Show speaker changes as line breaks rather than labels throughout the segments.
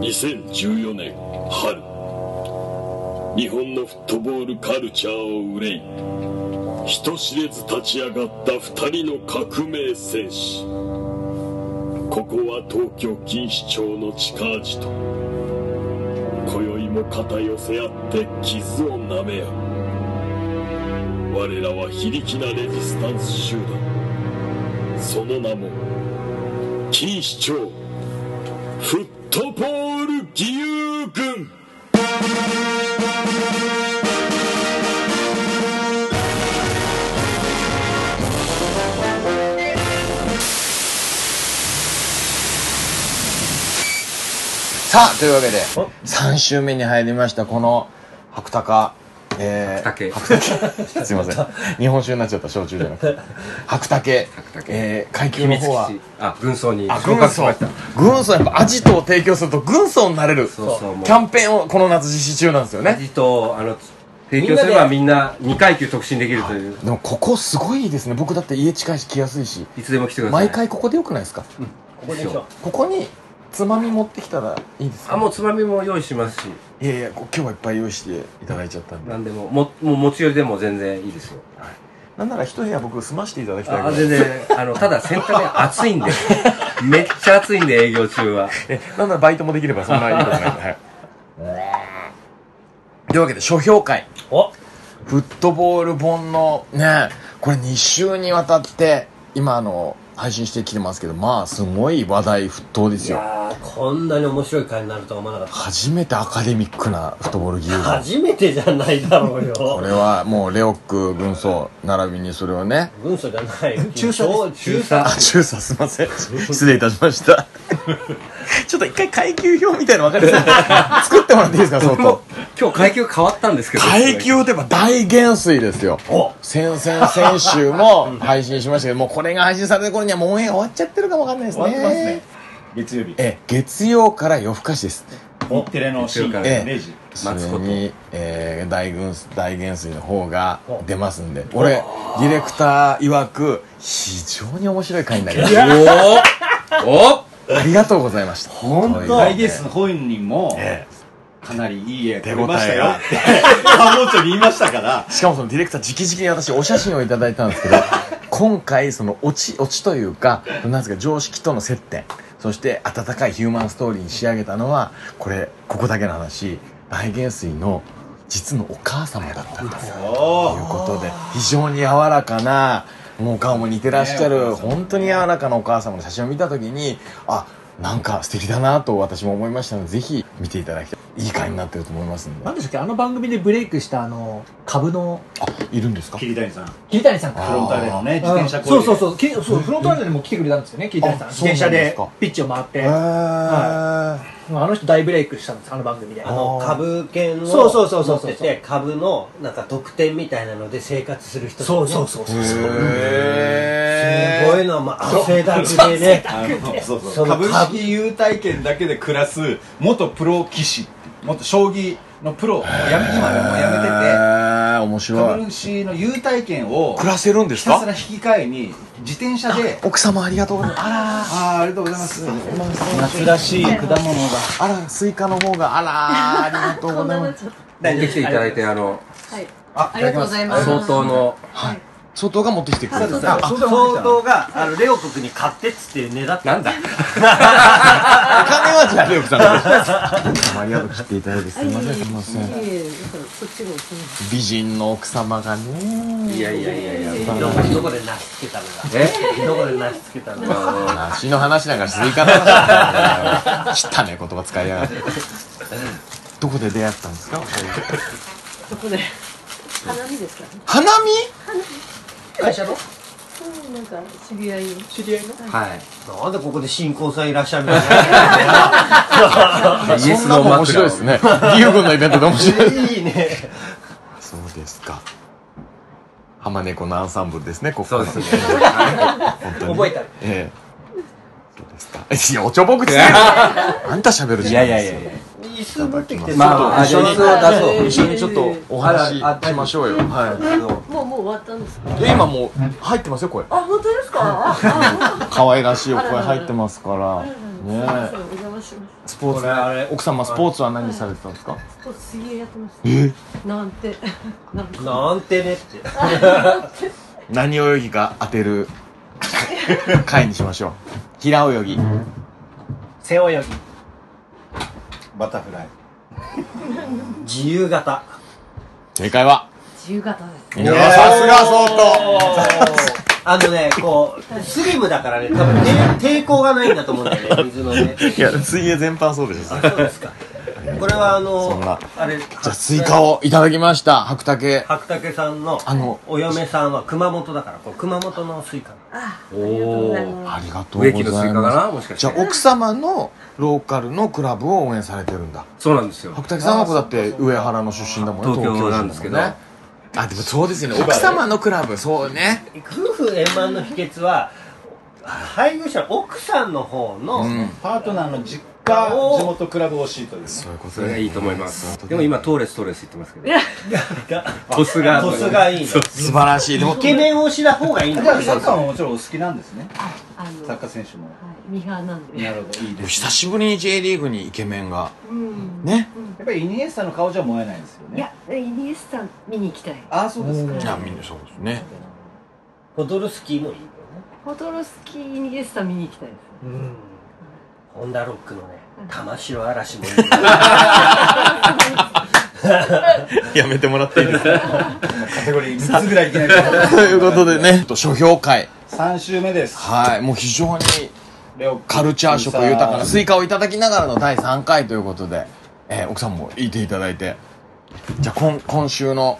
2014年春日本のフットボールカルチャーを憂い人知れず立ち上がった2人の革命戦士ここは東京錦糸町の地下地と今宵も肩寄せ合って傷をなめ合う我らは非力なレジスタンス集団その名も錦糸町フットボール義勇軍
さあというわけで3週目に入りましたこの白鷹えー、
白
鷹すいません日本酒になっちゃった焼酎じゃなくて白鷹
白鷹
えー、階級の方は
あ軍曹に
あ
昇
軍
格し
曹
ました
軍曹やっぱアジトを提供すると軍曹になれる
そうそうもう
キャンペーンをこの夏実施中なんですよね
味とあの提供すればみんな2階級特進できるという
でもここすごいですね僕だって家近いし来やすいし
いつでも来てください
毎回ここでよくないですか
ここでしょ
ここにつまみ持ってきたらいいです
あ
か
もうつまみも用意しますし
いやいやこ今日はいっぱい用意していただいちゃったんで
何でもももう持ち寄りでも全然いいですよ
なんなら一部屋僕済ましていただきたいぐ
あ
らい
全然 あのただ洗濯ね暑 いんでめっちゃ暑いんで営業中は
えなんならバイトもできればそんないいことないんではいというわけで書評会
お
フットボール本のねこれ2週にわたって今あの配信してきてますけどまあすごい話題沸騰で
い
すよ
やーこんなに面白い回になるとは思わなかっ
初めてアカデミックなフットボール技
た
術
初めてじゃないだろう
こ
よ
れはもうレオック軍曹並びにそれをね
軍曹じゃない
中佐
中佐
あ中佐すいません失礼いたしました ちょっと一回階級表みたいなの分かります 作ってもらっていいですか相当
今日階級変わったんですけど
階級といえば大減衰ですよ
お
先々先週も配信しましたけどもうこれが配信される頃にはもうオンエア終わっちゃってるかもわかんないですね
終わってますね月曜日
ええ月曜から夜更かしです
日テレの深夜
ええ
0時
そ
待
れ
つこと
に、えー、大軍大減衰の方が出ますんで俺ディレクター曰く非常に面白い回になりまし
おおお
たありがとうございました本
大ゲスの本人も
え
かなりいい絵
手
撮
応え
れ ましたよ
が
って官房長に言いましたから
しかもそのディレクター直々に私お写真をいただいたんですけど今回そのオチオチというかなんですか常識との接点そして温かいヒューマンストーリーに仕上げたのはこれここだけの話大元帥の実のお母様だったんだという
おー
ことで非常に柔らかなもう顔も似てらっしゃ
ねえ
る
お母様ね
本当に柔らかなお母様の写真を見た時にあなんか素敵だなと私も思いましたのでぜひ見ていただきたいいい回になってると思いますんで
なんでしたっけあの番組でブレイクしたあの株の
あいるんですか
桐谷さんフ
桐谷さんか
あ
ロンターレのね自転車
うん
工
そう
事
そうそうきそうフロントランナーにも来てくれたんですよね桐谷さん
あ
自転車
そうなんです
で
か
ピッチを回って
へー
あの人大ブレイクしたんですあの番組で
あの株券を
そうそうそうそうそう
持ってて株のなんか特典みたいなので生活する人
そうそううそうそう
へ
すご
ー
いのはまあ汗だくで ね
あのそうそう
その
株式優待券だけで暮らす元プロ棋士元将棋のプロをやめ今でも
へ
や
ー面白
めて
い
て株主の優待券を
暮らせるんです
ひたすら
か
引き換えに自転車で
奥様ありがとうございますあ
ああありがとうございます
ら
夏らしい果物が
あらスイカの方があらありがとうございます
す。
持ってきていただいてあの
はい。
あ
ありがとうございます。
相当。の
はい。
外が持ってきてくれる
そうです
あ
相当があのレオ君に買ってっつってねだって
なんだ
お金はじゃあレオさんですありがとう切っていただいてすいませんすいません
いえいえ、だからそっちも気にし
美人の奥様がね
いやいやいやいや
どこどこでなしつけたの
え
だどこでなしつけたのだ
あ
梨の話なんかスイカの話なんか汚ね言葉使いやがってどこで出会ったんですか
てそこで。花見ですかね。
花見
会社の
うん、なんか知り合いの。
知り合いの
のはい
なんでここで新婚さんいらっし ゃるんだ
イエ
そ
ス
んな
の
もん
枕を
面白いですね義勇軍のイベントで面白い
いいね
そうですか。浜猫のアンサンブルですね、ここ
そう
か
で
ら
すね
本当に
覚えたら
ええ。そうですか。いや、おちょぼ口ですよ。あんた喋る時間ですよ。
椅子持ってきて
まあまあ
ちょっと
じゃあ椅子を出そう
一緒にちょっとお話ししましょうよ。は
もう、もう終わったんですか。
い。で、今もう入ってますよ、声。
あ、本当ですか。あ、あ
可愛らしいお声入ってますから。
あ、すい
ね
ませんお邪魔します。
スポーツね
これあれ
奥様スポーツは何されてたんですか
ちょっと水泳やってました。なんて。 なんか。
なんてねって
何泳ぎか当てる回にしましょう平泳ぎ
背泳ぎ
バタフライ
自由形
正解は
自由形です。
いやさすが相
あのねこうスリムだからね多分ね抵抗がないんだと思うんだよ ね水のね
当いや水泳全般そうでしょ じゃ
あそうですかこれはあ
そんな
のあれじ
あスイカをいただきました白竹
白竹さんの
あの
お嫁さんは熊本だからこう熊本のスイカ
あ、ありがとうございま
ありがとうござ
植
い
木のスイカか
ま
なもしか
す
し
じゃあ
て。
奥様のローカルのクラブを応援されてるんだ
そうなんですよ。
白竹さんはこうだって上原の出身だもんね
東京なんですけど
東京出身だもんねあでもそうですよね奥様のクラブそうね
夫婦円満の秘訣は配偶者の奥さんの方の、
うん
パートナーの実家
おー
地元クラブ推しという
そういうこと
それがいいと思います。でも
今
今、トーレストーレス言ってますけど。
あ
トスが
トスがいいね
そう
素晴らしいでも
イケメン推しな方がいいん
じゃ
だ
あサッカーももちろんお好きなんですね
す。あの。
サッ
は
カー選手も
い、ミーハーなんで。
なるほどいいです
久しぶりに J リーグにイケメンが
うん。
ね
やっぱりイニエスタの顔じゃ燃えないんですよ
い
ね
や、イニエスタ見に行きたい。
ああそうですか
じゃあみんなそうですね
ポドルスキーもいいよね
ホトロスキーイニエスタ見に行きたいです。
うんホンダロックのね
うん
玉城嵐もいい
やめてもらっていいですか
カテゴリー3つぐらいいけないか ら
ということでね書評会
3週目です
はいもう非常に
レオ君
カルチャー色豊かなス
さ
イカをいただきながらの第3回ということで、えー奥さんもいていただいてじゃあ今今週の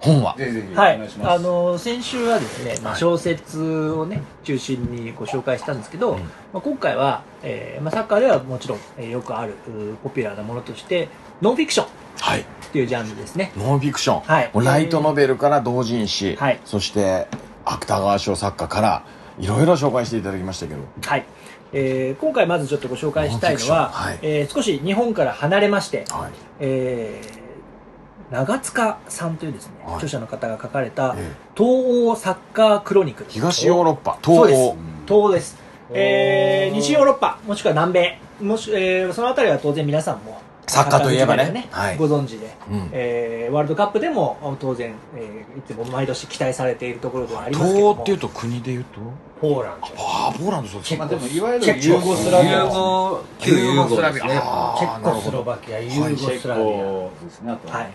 本は
あぜひぜひお
はい
願いし、ます
あの先週はですね、まあ、小説をね中心にご紹介したんですけど、まあ、今回は、えーまあ、サッカーではもちろん、えーよくあるうーポピュラーなものとしてノンフィクションっ
はい
ていうジャンルですね
ノンフィクション、
はい
もうライトノベルから同人誌、
はい
そして芥川賞作家からいろいろ紹介していただきましたけど
はい、えー今回まずちょっとご紹介したいのは、
ノンフィクションはい
えー少し日本から離れまして、
はい
えー長塚さんというですね、
はい
著者の方が書かれた
え
「東欧サッカークロニクル」
東ヨーロッパ東欧
そうです東欧です、えー
おー
西ヨーロッパもしくは南米もし、えーそのあたりは当然皆さんも
サッカーといえばね
サッカー好きなの
はい
ご存知で、
うん
えーワールドカップでも当然、えーいつも毎年期待されているところではあります
東
けども
欧っていうと国でいうと
ポーランド
ああポーランドそうです
ま
か
あでもいわゆるユーゴスラビア
融合、旧融合ですね。
あ
チェ
ーな
ッ
る
コ
ほ
ス
ど
ロバキアユ
ユ
ー
ーゴ
ゴ
ス
ス
ラ
ラ
ビ
ビ
ア
ア、
ですねあと
はい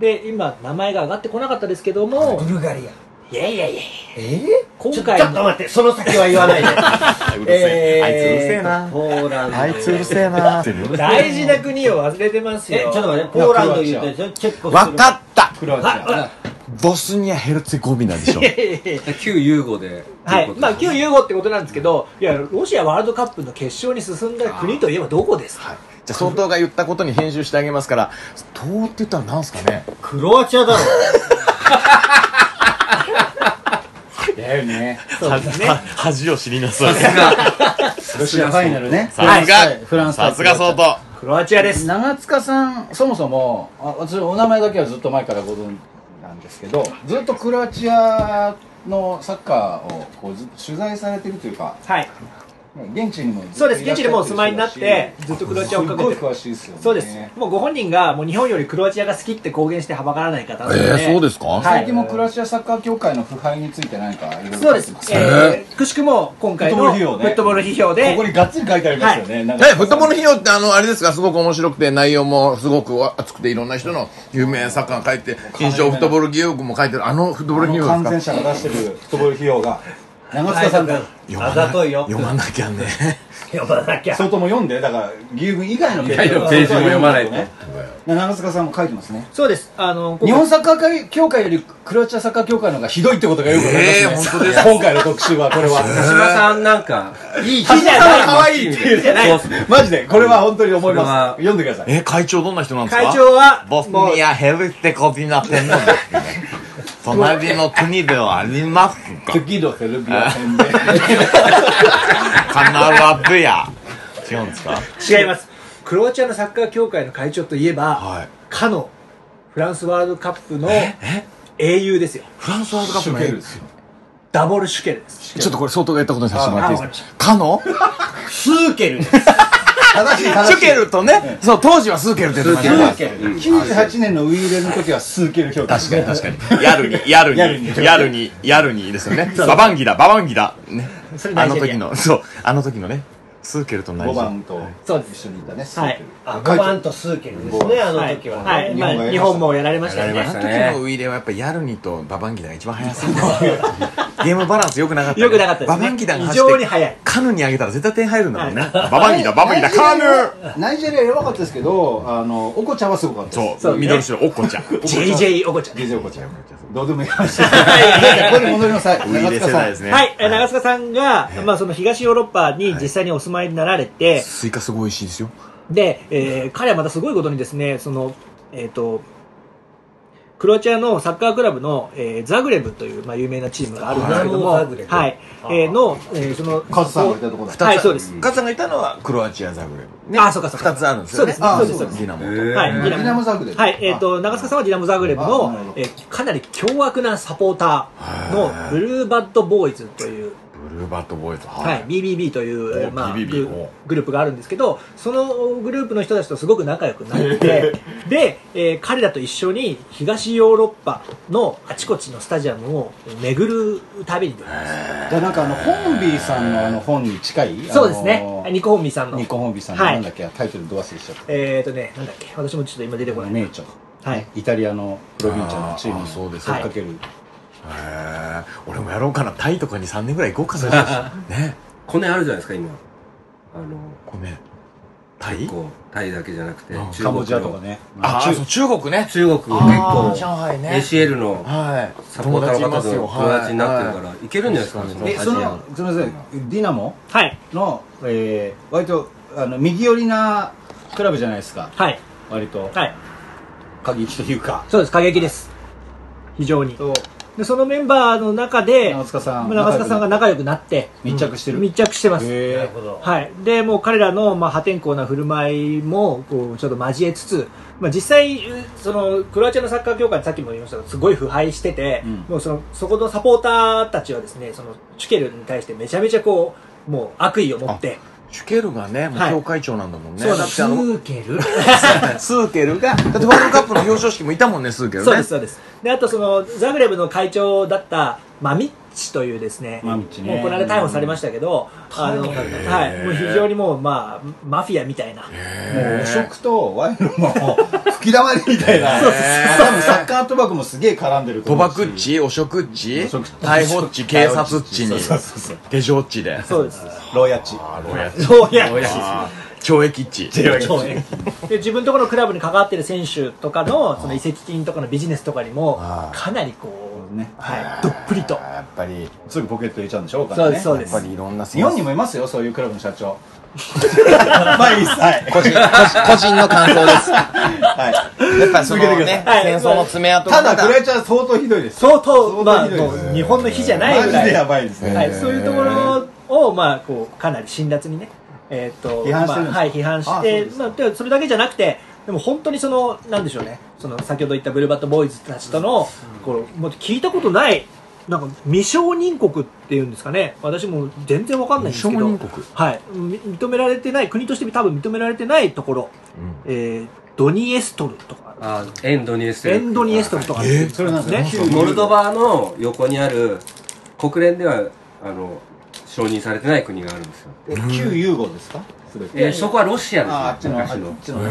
で今名前が上がってこなかったですけども
ブルガリア
いやいやいや
え
今
ちょちょっ
回
と
の
待ってその先は言わない
う
で
るせえ
えー
あいつうるせえな
ポーランド
あいつうるせえな
大事な国を忘れてます
えち
よ
ょっと待ってポーランド言うとチェッコスロバキ
わかった
クロアチア
ボスニア・ヘルツェゴビナでしょ
旧融合で。
はい、まあ旧融合ってことなんですけど、いやロシアワールドカップの決勝に進んだ国といえばどこですか。
じゃあ相当が言ったことに編集してあげますから東欧って言ったらなんすかね
クロアチアだろ
だよね
そうですね。
恥を知りなさい
ロシアファイナルね
さす
はい
が
フランス対
さすが相当
クロアチアです。
長塚さんそもそもあ私お名前だけはずっと前からご存知なんですけどずっとクロアチアのサッカーをこうずっと取材されてるというか
はい、
現地にもずっと
そうです。現地でもうお住まいになって
いらっしゃる人だし
ずっとクロアチアを追っかけ
す
て
っ
る
ごい詳しいですよね
そうです。もうご本人がもう日本よりクロアチアが好きって公言してはばからない方なので。
す
はい
か
最近もクロアチアサッカー協会の腐敗について何かいろいろ
そうで
書いて
す
ま。
えー、くしくも今回のフ
フットボール費用ね
ット
こ
ボール批評
こ
で、
にがっつり書いてありますよね、なんか
え、フットボール費用ってあの、あれですか、すごく面白くて、内容もすごく熱くて、いろんな人の有名作家が書いて、金賞フットボール義勇も書いてる、あのフットボール
こ
費
の
用
感染
ですか
者が出してるフットボール費用が長塚さんだ
あざといよ
読まなきゃね。
呼ばなきゃ
それとも読んでだから義勇軍以外のペ
以外のページも読まないと
ね長塚さんも書いてますね
そうです。あの
日
今
本
回
サッカー協会よりクロアチアサッカー協会の方がひどいってことがよくわかり
ええ
ますね、
本当です
今回の特集はこれ
田
は
島さんなんか、いい
橋
日
さんは可愛いっていう
じゃない。
マジでこれは本当に思
こ
い
れは
ます読んでください
え、会長どんな人なんですか
会長は
ボスニアヘルツェコビナ天皇 ですね。隣の国ではありますか
次のセルビア戦で
カナラブヤ。違うんですか
違います。クロアチアのサッカー協会の会長といえば、
はい。
かのフランスワールドカップの英雄ですよ。
フランスワールドカップの
受
英
けるん
雄
ですよ
ダボルシュケルです。
ちょっとこれ相当が言ったことにさせてもらっていいですかかの
スーケルです
正しい正し
シ
い
ュケルとね、そう、当時はスーケルって言ってましたから
スーケル98年のウィーレルの時はスーケル評価
確かに確かに。やるに、やる
やるに
に、やるに、やるにですよね。ババンギだ、ババンギだ。ね。
それ
あ
大
の
事
時の、そう、あの時のね、スーケルとナイ
5
ジェリア
番と
そうです
一緒にいたねス
は
ーケ
い
ル
あ、5番と数件ですね、あの時は。
はい、
日本も
ま
やりました
あ、日本も
やら
やられましたよ
れ
あ
ま
ね
の
した
時
ね
のウイレはやっぱヤルニとババンギダが一番速そうゲームバランス良くなかったね
良くなかったですね
ババンギダが走
非
っ
常
て
に速い
カヌーにあげたら絶対点入るんだもんねババンギダババンギダカヌー
ナイジェリア弱かったですけどあのおこちゃんはすごかったです
そうミドルシ ロおっこちゃん
JJ おこちゃん
DJ おこちゃんどうでもいい話ですここに戻りなさい
ウイレ世代ですね
はい、え長塚さんが、まあ、その東ヨーロッパに実際にお住まいになられて、
スイカすごい美味しいですよ
で、えー彼はまたすごいことにですね、その、えっ、と、クロアチアのサッカークラブの、えーザグレブという、まあ、有名なチームがあるんですけども、
あ
は
ザ
い
グレ、ブ
えーの、えーその、
カズさんがいたとこだ
はい、そうです。
カズさんがいたのはクロアチアザグレブね
あ、そうか、そうか。
2つあるんですよね
そうですね
あ
そうです
ディナモと
はい、
デ
デ
ィ
ィナ
ナ
モ
モザグレブ
はい、えっ、と、長塚さんはディナモザグレブ
あなる
の
ほど、
えーかなり凶悪なサポーターのブルーバッドボーイズという、
ブルーバッドボーイズ
はい、BBB という、えーまあ、
BBB
グ
お
グループがあるんですけどそのグループの人たちとすごく仲良くなってで、えー彼らと一緒に東ヨーロッパのあちこちのスタジアムを巡る旅に出ます
じゃあなんかあのホンビーさんのあの本に近い
そうですね、
あの
ニコホンミさんの
ニコホンビーさんのなんだっけタイトルど忘れしちゃった
えっ、とねなんだっけ私もちょっと今出てこない、
名著
はい
イタリアのプロヴィンチャのチーム
あー
に
そうです
追っかける
へえ俺もやろうかなタイとかに3年ぐらい行こうかそれ ね
コネあるじゃないですか、今。あの、
ごめんタイ
こう、タイだけじゃなくて、
うん
中
カ
国
ボ
の
ジアとかね
あーそう中国ね
中国結
あー
構、
上海
ACL の
はい
サポーターの方と
友
友達になってるからら、いけるんじゃないですか
はい、
えそのすみませんディナモ
はい
の、えー、割とあの右寄りなクラブじゃないですか
はい
割と
はい
過激というか
そうです過激です非常に
と
でそのメンバーの中で
長塚さん
長塚さんが仲良くなって
密着してる
密着してます
へ
な
ー
るほど。
はい、でもう彼らの、まあ、破天荒な振る舞いもこうちょっと交えつつ、まあ、実際えーそのクロアチアのサッカー協会さっきも言いましたがすごい腐敗してて、
うん
もうそのそこのサポーターたちはですねそのチュケルに対してめちゃめちゃこうもう悪意を持って
シュケルがねも
は
う
い
教会長なんだもんね
そう
だ
なん
っ
で
て
す
あの
ーケ ル
スーケルがだってワールドカップの表彰式もいたもんねスーケルね
そうですそうですであとそのザグレブの会長だったマミッチというですね
マミッチね
もうこの間逮捕されましたけど、あの、はい、もう非常にもう、まあ、マフィアみたいな、
もう汚職と賄賂の吹き溜まりみたいな多分サッカー賭博もすげえ絡んでると
賭
思う
博っち汚職っち
汚職っち
逮捕っち警察っちに
そうそうそう
手錠っちで
そうです
牢屋っち
あ牢屋っち
そうや
あー懲役っち懲役
で自分とこのクラブに関わってる選手とかのその移籍金とかのビジネスとかにも
あー
かなりこう、
ね
はい、どっぷりと
やっぱり
すぐポケット入れちゃうんでしょうか
そう
ら
で
ね
すそうで
やっ
す
ぱりいろんな
日本にもいますよそういうクラブの社 長まあいいですはい
個人個人個人の感想です
はい
やっぱりその
続けて
ね
く
ださい
戦争の爪痕が
た
ま
だクロアチアは相当ひどいです
相当まあ
相当ひどい
も
です
う日本の日じゃない
マ
ぐ
ジ
ら
で
い、
や
は
ばいですね
い、そういうところをまあこうかなり辛辣にねえーっと
批判してるんですか
まあはい批判し
あそう
て
です
まあでそれだけじゃなくてでも本当にそのなんでしょうねその先ほど言ったブルーバットボーイズたちとのこうもう聞いたことないなんか未承認国っていうんですかね私も全然わかんないんですけど
未承認国
はい、み認められてない国として多分認められてないところ、えードニエストルとか
あ、エンドニエストル。
エンドニエストルとかね、
それなんで
ね
すね
モルドバの横にある、国連では、あの、承認されてない国があるんですよ。
旧ユーゴですかそれ
えー、そこはロシ
ああ
ア
っ
で
ち
すね、
のあっ
昔の。
ちのね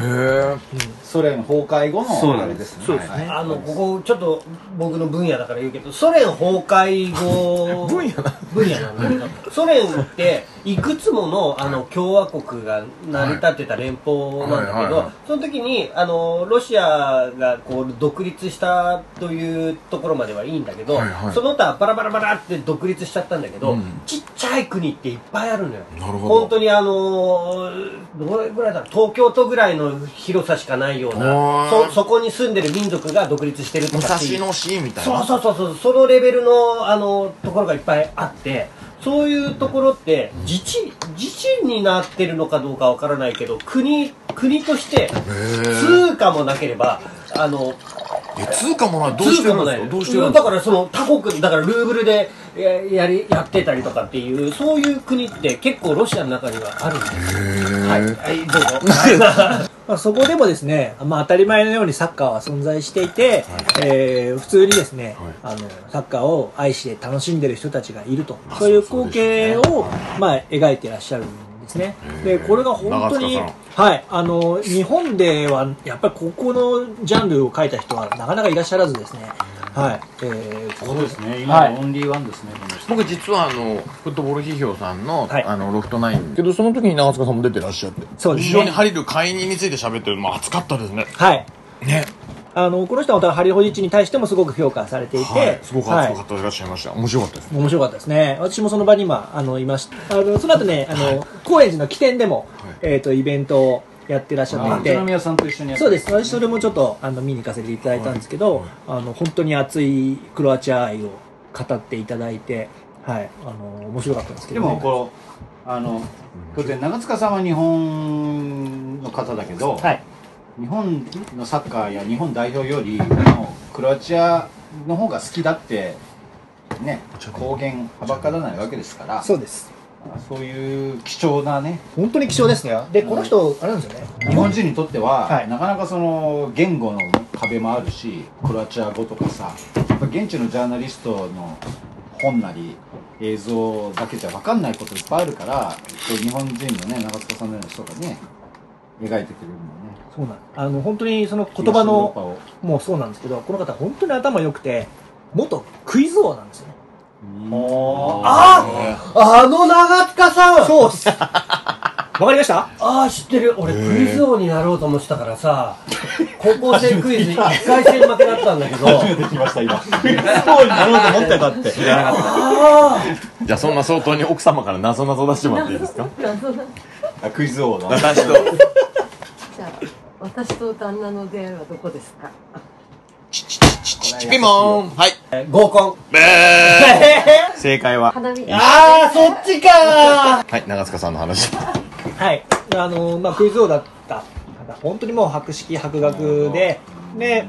へ
ソ連崩壊後
そう
の
な
あれ
ん
で
です
すね
そうですね、
はい
あの、ここ、ちょっと僕の分野だから言うけど、ソ連崩壊後、分野分野なんだけど、ソ連って、いくつもの、あの、共和国が成り立ってた連邦なん
はい
だ
は
け
いはいは
ど
い、
その時に、あの、ロシアが、こう、独立したというところまではいいんだけど
はいはい、
その他、バラバラバラって独立しちゃったんだけ
う
ど
ん、
ちっちゃい国っていっぱいあるのよ。
なるほど
本当にあのーどれぐらいだろう東京都ぐらいの広さしかないよう
お
な
ー
そそこに住んでる民族が独立してると
武
か
蔵
っていう
野市みたい
そう
な
そうそうそうそのレベルのあのところがいっぱいあってそういうところって自治自治になってるのかどうかわからないけど国国として通貨もなければあの
え通貨もないどうしてるんですかどうしてるんで
だ
す
からその他国だからルーブルでややりやってたりとかっていうそういう国って結構ロシアの中にはあるんですよはい、はい、どうぞ
まあ、そこでもですね、まあ、当たり前のようにサッカーは存在していて、えー普通にですね、あのサッカーを愛して楽しんでる人たちがいると、そういう光景を、まあ、描いてらっしゃるんですね。でこれが本当に
長塚
はい、あの日本ではやっぱりここのジャンルを描いた人はなかなかいらっしゃらずですね、はいえー
そうですね。今のオンリーワンですね。この人
僕実はあのフットボール批評さんの,、
はい
あのロフトナインけどその時に長塚さんも出てらっしゃって
そうですね
非常にハリル解任について喋ってるのも熱かったですね
はい、
ね
あのこの人はまたハリー・ホジッチに対してもすごく評価されていて、
はいすごく熱
は
か
い
ったでいらっしゃいました、面白かったです
面白かったですね。私もその場に今、あの、いました。あの、その後ね、あの、高円寺の起点でも、えっ、と、イベントをやってらっしゃ
あ
っ
宇
て
都
いて、
宮さんと一緒にやって
そうです。私それもちょっと、あの、見に行かせていただいたんですけど、あの、本当に熱いクロアチア愛を語っていただいて、はい、あの、面白かったんですけ
で
どね、
もこのあの当然長塚さんは日本の方だけど、
はい。
日本のサッカーや日本代表より今のクロアチアの方が好きだってね公言はばからないわけですから
そうです。
そういう貴重なね
本当に貴重ですね。で、この人、あれなんですよね。
日本人にとっては、
はい
なかなかその言語の壁もあるしクロアチア語とかさやっぱ現地のジャーナリストの本なり映像だけじゃ分かんないこといっぱいあるからこう日本人のね長塚さんのような人がね描いてくれるんだよね
そうなんあの、本当にその言葉の、
東ヨーロッ
もうそうなんですけど、この方本当に頭良くて、元クイズ王なんですよね。
パを
ああの長塚さん
そうっ す。わかりました
ああ知ってる俺クイズ王になろうと思ってたからさ高校生クイ ズ1回戦負けだったんだけど
出てきました今 そうになろうと思ってたって
じゃあそんな相当に奥様から謎謎出してもらっていいですか
あクイズ王だ
私と
じゃあ私と旦那の出会いはどこですか
ピモーンはい
合コン
ブー正解は
花見
ああそっちかー
はい長塚さんの話
はい、あのまあ、クイズ王だった方、本当にもう博識、博学で、で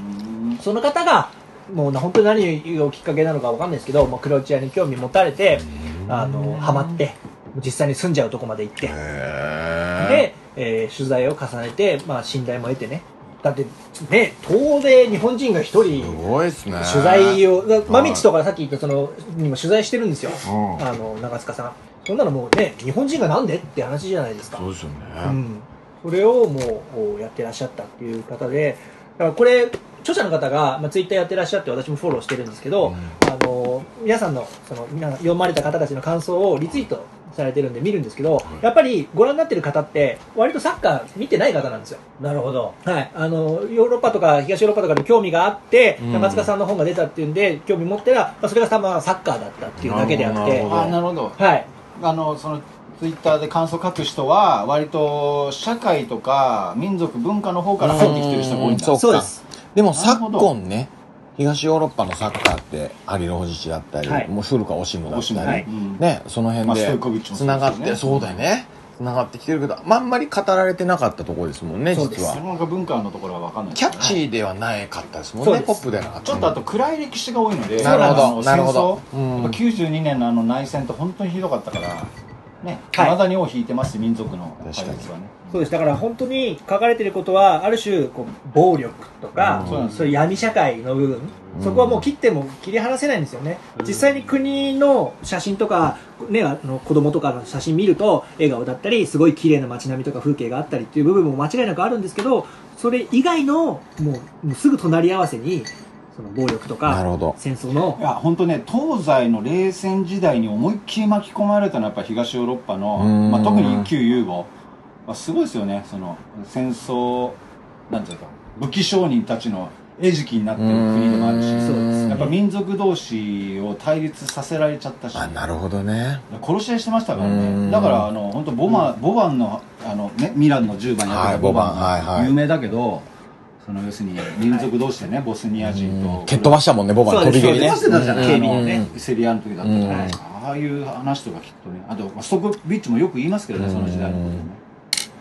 その方が、もうな本当に何をきっかけなのかわかんないですけど、まあ、クロアチアに興味持たれて、あのハマって、実際に住んじゃうとこまで行って、で、えー取材を重ねて、まあ、信頼も得てね、だって、ね、遠出、日本人が一人
す、ごいですね
取材を、だ
は
マ
い
ミチとかさっき言ったその、にも取材してるんですよ、
うん
あの長塚さん。そんなのもうね、日本人がなんでって話じゃないですか。
そうですよね、
うん、それをもうこうやってらっしゃったっていう方でだからこれ著者の方が、まあ、ツイッターやってらっしゃって私もフォローしてるんですけど、あの皆さんのその皆読まれた方たちの感想をリツイートされてるんで見るんですけど、やっぱりご覧になってる方って割とサッカー見てない方なんですよ。
なるほど
はい、あのヨーロッパとか東ヨーロッパとかに興味があって、
うん
中塚さんの本が出たっていうんで興味持ったら、まあ、それがたまサッカーだったっていうだけであっ
なる
て
ほど
あなるほど
はい
あのそのツイッターで感想書く人は割と社会とか民族文化の方から入ってきてる人が多いん
う
だ
そっか
そうです
でも
なるほ
昨
ど
今ね東ヨーロッパのサッカーってアリロホジチだったり、
はい
もうフルカオシムだ
お
った
し
り、
まいねうん
ねその
まあ
辺
ストイ
で
コビッチも
つ
そうですよね
ながって、そうだよねつながってきてるけど、まああんまり語られてなかったところですもんね
そうです
実
な
は
かなか文化のところは分かんない
キャッチーではないかったですもん
そう
ね
です
ポップではなかった
ちょっとあと暗い歴史が多いので
なるほど
あの
なるほど
戦争
うん
やっぱ92年のあの内戦って本当にひどかったからねい
はい
まだに尾を引いてます民族の対立
確かに
はね
そうですだから本当に書かれてることはある種こう暴力とか、
うんそうなんです
そういう闇社会の部分、
うん
そこはもう切っても切り離せないんですよね、実際に国の写真とか、ね、あの子供とかの写真見ると笑顔だったりすごい綺麗な街並みとか風景があったりっていう部分も間違いなくあるんですけどそれ以外のもうもうすぐ隣り合わせにその暴力と
なる
か
ほど
戦争
い
の
や本当ね東西の冷戦時代に思いっきり巻き込まれたのはやっぱ東ヨーロッパの、
うん
まあ、特に旧ユーゴ、まあ、すごいですよねその戦争なんていうか武器商人たちの餌食になってる国でもあるし
うんそうですね
やっぱ民族同士を対立させられちゃったし
あなるほどね
殺し合いしてましたから
うん
ねだからあの本当ボマボバンのあの、ね、ミランの10番やって
はい
たボバンが、
ボバンはいはい
有名だけど、その要するに民族同士でねボスニア人と
蹴っ飛ばしたもんねボバの飛び蹴りね
そうですそうです出してたじゃん、
うん
警備
う
の
ん
ね、競り合う時だったから、
うん
ああいう話とか聞くとね、あと、まあ、ストコビッチもよく言いますけどね、その時代のことね。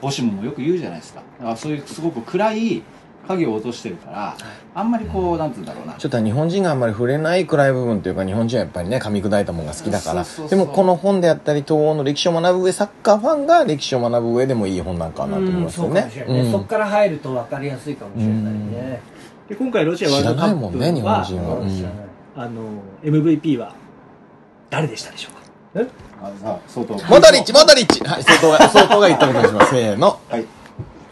オシムもよく言うじゃないですか。だからそういうすごく暗い影を落としてるから、あんまりこう、なんつうんだろうな。
ちょっと日本人があんまり触れない暗い部分というか日本人はやっぱりね噛み砕いたものが好きだから
そうそう
で
そう
もこの本であったり東欧の歴史を学ぶ上サッカーファンが歴史を学ぶ上でもいい本なんかなと思います
そ
よ
うかも
ね
しれないね、そこから入ると分かりやすいかもしれないね、
で今回ロシアワールドカップは
知らないもんね日本人はうん
知らない
あの MVP は誰でしたでしょうか
あさ相当。
モドリッチモドリッチはい相当が相当が言ったことにしますせーの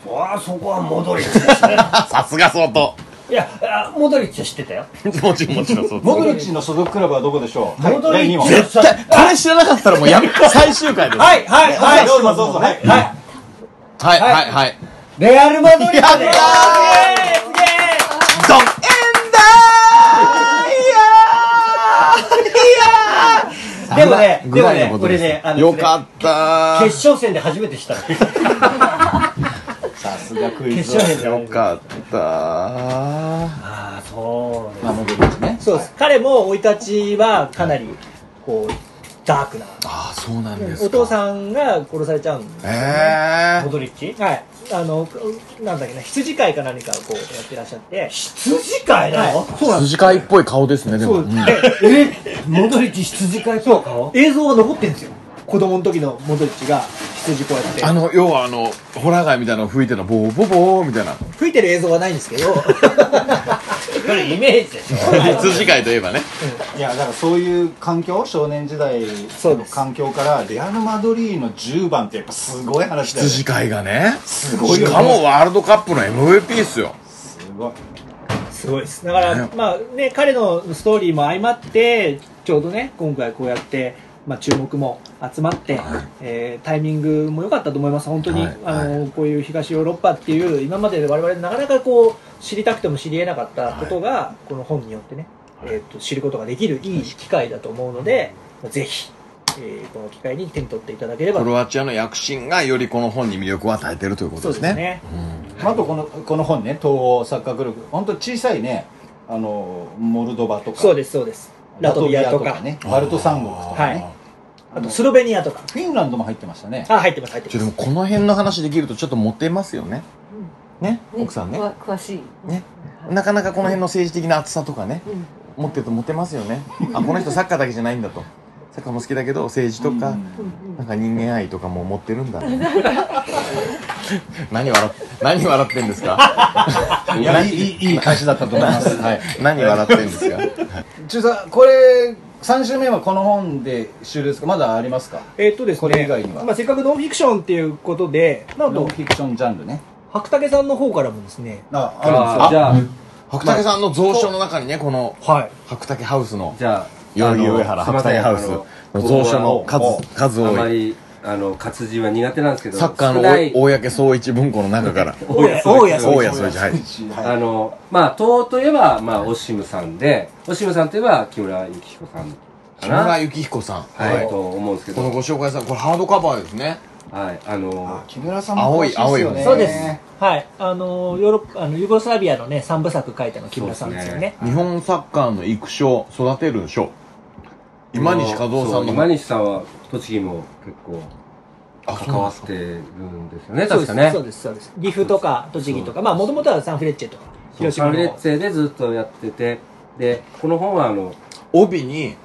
わあそこはモドリッチですね
さすが相当
いやあモドリッチは知ってたよ
もちろんもち ろん相当
モドリッチの所属クラブはどこでしょう
モドリ
第
ッ
二問
チは知って
これ知らなかったらもうやめ最終回ですはい
はいはいはい
どうぞどうぞ、はい。は
はいはいはい
レアル・マドリ
や
ー
った
ドで
ドンエンダーいやーいやー
でもね
ぐらい
でもね
のことす
これねあの
よかったー
決勝戦で初めてした 決
い。さすがクイズ
勝
王。
戦で
よかったー
ああそうね
まあ、モドリッチね。
そうです、彼も生い立ちはかなりこうダークな
ああそうなんですか
お父さんが殺されちゃうんで
え
モドリッチ
はいあのなんだっけな羊飼いか何かをこうやってらっしゃって
羊飼いなの、
えー、筋飼いっぽい顔ですねでも
そう
うん
えモドリッチ羊飼いそうか
映像が残ってるんですよ子供の時のモドリッチが羊こうやって
あの要はあのホラー街みたいなの吹いてるのボーボーボーみたいな
吹いてる映像はないんですけど
それイメージでしょ
筋飼いといえばね
いや、だからそういう環境、少年時代
そう
の
です
環境から、レアル・マドリーの10番ってやっぱすごい話だよね。
筋飼いがね
すごい
し
よね。
かもワールドカップの MVP っすよ
すごい。
すごいですだから
ね
まあね彼のストーリーも相まってちょうどね今回こうやってまあ注目も集まって、えータイミングも良かったと思います、本当に、
はい
あのこういう東ヨーロッパっていう、今まで我々なかなかこう知りたくても知り得なかったことが、この本によってね、えー、と知ることができるいい機会だと思うので、ぜひ、えーこの機会に手に取っていただければ
クロアチアの躍進がよりこの本に魅力を与えてるということですね
ね。
あとこの、この本ね、東欧サッカーグループ、ほんと小さいね、あの、モルドバとか、
そうです、そうです。ラトビアとか、
ね、バルト三国とか
は
ね、
い。あとスロベニアとか。
フィンランドも入ってましたね。
あ、入ってます、入っ
ち
て
ょ
ま
ですも。この辺の話できるとちょっとモテますよねね奥さんね
詳詳しい
ねなかなかこの辺の政治的な厚さとかね
うん
持ってるとモテますよねあこの人サッカーだけじゃないんだとサッカーも好きだけど政治とか、
うん
なんか人間愛とかも持ってるんだね 何笑っ何笑ってんですか
いや、いい、いいいい返しだったと思います。
はい何笑ってんですか
中さん、これ、3週目はこの本で終了ですかまだありますか
えーっとですね、
これ以外には
まあ、せっかくノンフィクションっていうことで、なん
ノン
と
フ、ィクションジャンルね。
白竹さんの方からもですね、
あ、
あじゃあ、
白竹さんの蔵書の中にねこの
はい。
白竹ハウスの
じゃあ、
代々木上原
あの
白竹ハウス
すいま
の
せんあの
蔵書の
僕は
数数
あん
多
ま
い
り、あの、活字は苦手なんですけど、
サッカ
少ない
ーの大公総一文庫の中 から
大家
大家
大谷総一はい
は
あの、まあ、党といえば、まあ、オシムさんで、オシムさんといえば、木村幸彦さん
木
かな。
村
はい、
幸彦さん
と思うんですけ
この
ど、
ご紹介さんこれハードカバーですね
はい、あの
い、木村さん
青
も
い
詳しいですよ
青い
ね。
そうです。はい。あの、ヨーロッパ、あの、ユーゴスラビアのね、三部作書いたの木村さんですよね。
日本サッカーの育成育てる書今西和夫さ
そ
ん
う
の
今西さんは、栃木も結構、
あそう
関
な
わ
んで
っ
す
てるんですよね、
そう
確
で
か
す、
ね。
そうです、そうです。岐阜とか、栃木とか、まあ、もともとはサンフレッチェとか、
そう
広
サ
島
ンフレッ
の。
チェでずっとやってて、で、この本は、あの、
帯に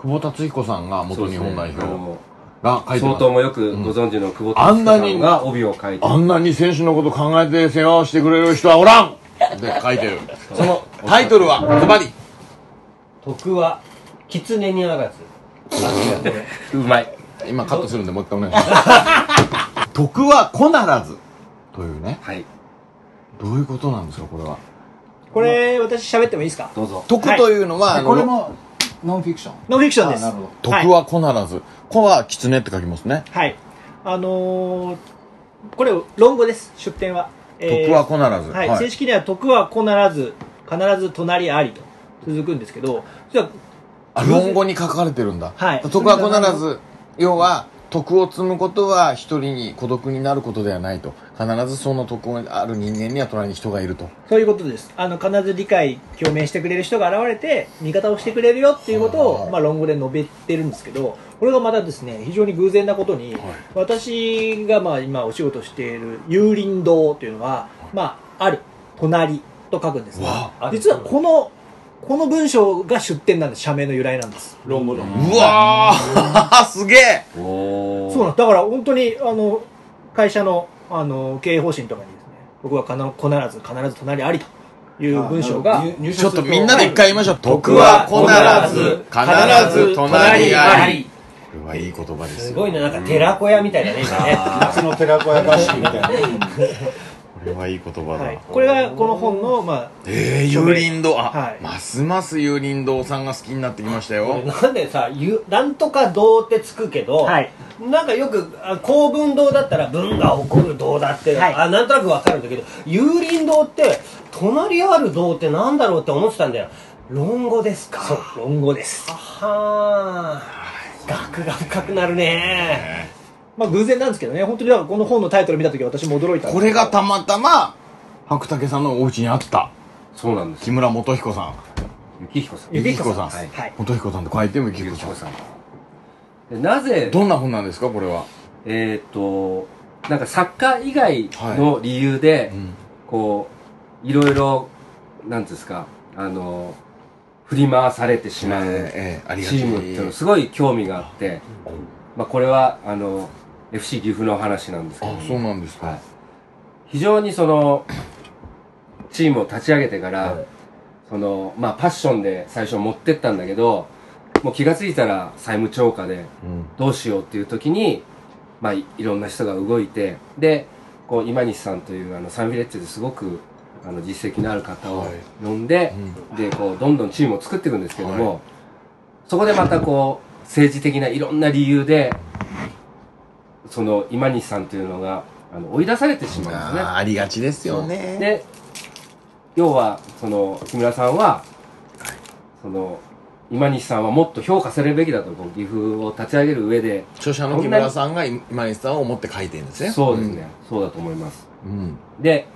久保達彦さんが元日本代
そうですねあ
表
の
が書いて
相
ま
当
す
もよくご存知の久保田さんが帯を書いて
あんなに選手のこと考えて世話をしてくれる人はおらんって書いてるそのタイト ルはズバリ
徳は狐にあらず
うまい
今カットするんでもう一回お願いし ます徳は子ならずというね
はい
どういうことなんですかこれは
これ、私喋ってもいいですか
どうぞ
徳というのは、あの
これもノンフィクション。
ノンフィクションで
あ
す
な。るほど。
徳は子ならず子は狐って書きますね
はい。あのーこれ、論語です、出典は。えー
徳は子ならず
はい、正式には徳は子ならず必ず隣ありと続くんですけどそれは
あ論語に書かれてるんだ、
はい
徳は子ならず要は徳を積むことは一人に孤独になることではないと必ずその徳がある人間には隣に人がいると
そういうことですあの必ず理解共鳴してくれる人が現れて味方をしてくれるよっていうことを、まあ、論語で述べてるんですけどこれがまたですね非常に偶然なことに、私がまあ今お仕事している有林堂というのは、まあ、ある
隣と書くんですけど
わ
実はこのこの文章が出典なんです社名の由来なんです
論語論語
うわー すげえ
お
そうなんですだから本当にあの会社のあの経営方針とかにですね僕はかな必ず必ず隣ありという文章が
入入社
ちょっ
す
と
る
みんなで一回言いましょう徳
は
こならず必ず隣ありこれはいい言葉です
す
よ
ごいね、なんか寺子屋みたいだね、今ね。
夏の寺子屋合宿みたいな
これはいい言葉だ、
はい、これがこの本のま
えー、幽林堂あ、
はい
ますます幽林堂さんが好きになってきましたよ
なんでさ、ゆなんとか堂ってつくけど、
あはい
なんかよくあ公文堂だったら文が起こる堂だって、
はい
あなんとなくわかるんだけど幽林堂って隣ある堂ってなんだろうって思ってたんだよ論語ですか
そう論語です
あはー学が深くなるね
まあ偶然なんですけどね本当にだからこの本のタイトル見た時私も驚いたんですけど
これがたまたま白竹さんのお家にあった
そうなんです
木
よ。
村元彦さん
雪彦さん。
雪彦さん
はいはい
元彦さんと書いても
雪
幸彦さ
彦
ん
さん。でなぜ、
どんな本なんですかこれは、
えっ、と、なんか作家以外の理由で、
うん
こう、いろいろ、なんていうんですか、あの、振り回されてしまう。
えーえーありが
チ
ち
ームっていうのすごい興味があって、まあ、これはあの FC 岐阜の話なんですけど、
あそうなんですか、
はい非常にそのチームを立ち上げてから、そのまあ、パッションで最初持ってったんだけどもう気がついたら債務超過で
うん
どうしようっていう時に、まあ、いいろんな人が動いてでこう今西さんというあのサンフィレッチェですごくあの実績のある方を呼んで、
うん
でこうどんどんチームを作っていくんですけども、そこでまたこう政治的ないろんな理由でその今西さんというのがあの追い出されてしまうんです
あー
ね。
ありがちですよね
で要はその木村さんは、その今西さんはもっと評価されるべきだとこう岐阜を立ち上げる上で
著者の木村さんが今西さんを思って書いてるんですね
そうですね、そうだと思います
うん、うん
で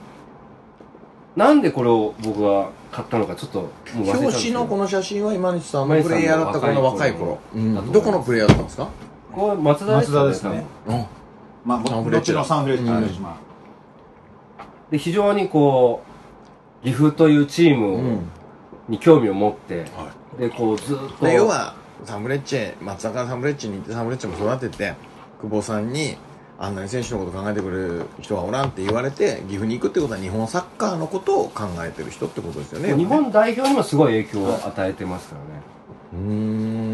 なんでこれを僕は買ったのかちょっともう忘れちゃうんで
表
すけ
紙
ど
のこの写真は今西さん
今
の
西
プ
さんの
レイヤーだったこの若い頃、
若い頃
うん
だと思います
どこのプレイヤーだったんですか
これ松田ですよ
松田ですね
うん
まあ
サンフ
ど
レッ
どっ
チェ
ち
だ
のサンフレッチェの島、
で非常にこう岐阜というチームを、
うん
に興味を持って、でこうずっと
で要はサンフレッチェ松坂サンフレッチェに行ってサンフレッチェも育てて久保さんにあんなに選手のこと考えてくれる人はおらんって言われて岐阜に行くってことは日本サッカーのことを考えてる人ってことですよね
日本代表にもすごい影響を与えてますからね、
うー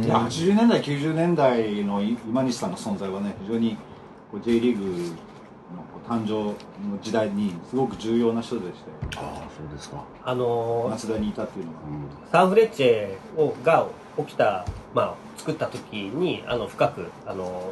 ん
いや80年代90年代の今西さんの存在はね非常にこう J リーグのこう誕生の時代にすごく重要な人でして
ああそうですか
あのー
松田にいたっていうのは
うん
サンフレッチェをが起きた、まあ、作った時にあの深くあの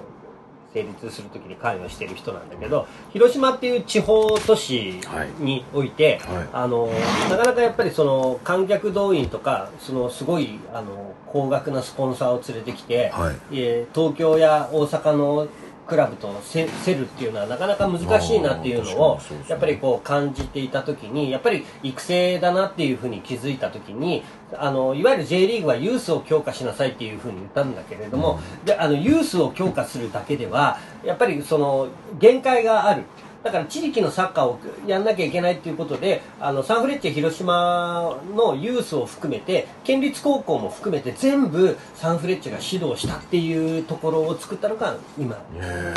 成立する時に関与してる人なんだけど広島っていう地方都市において、
はい
あのなかなかやっぱりその観客動員とかそのすごいあの高額なスポンサーを連れてきて、
はい
えー東京や大阪のクラブとせ競るっていうのはなかなか難しいなっていうの
あー確
を
かにそうですね
やっぱりこう感じていた時にやっぱり育成だなっていうふうに気づいた時にあのいわゆる J リーグはユースを強化しなさいっていうふうに言ったんだけれども、であのユースを強化するだけではやっぱりその限界がある。だから地域のサッカーをやんなきゃいけないということであのサンフレッチェ広島のユースを含めて県立高校も含めて全部サンフレッチェが指導したっていうところを作ったのが今
へ
なんです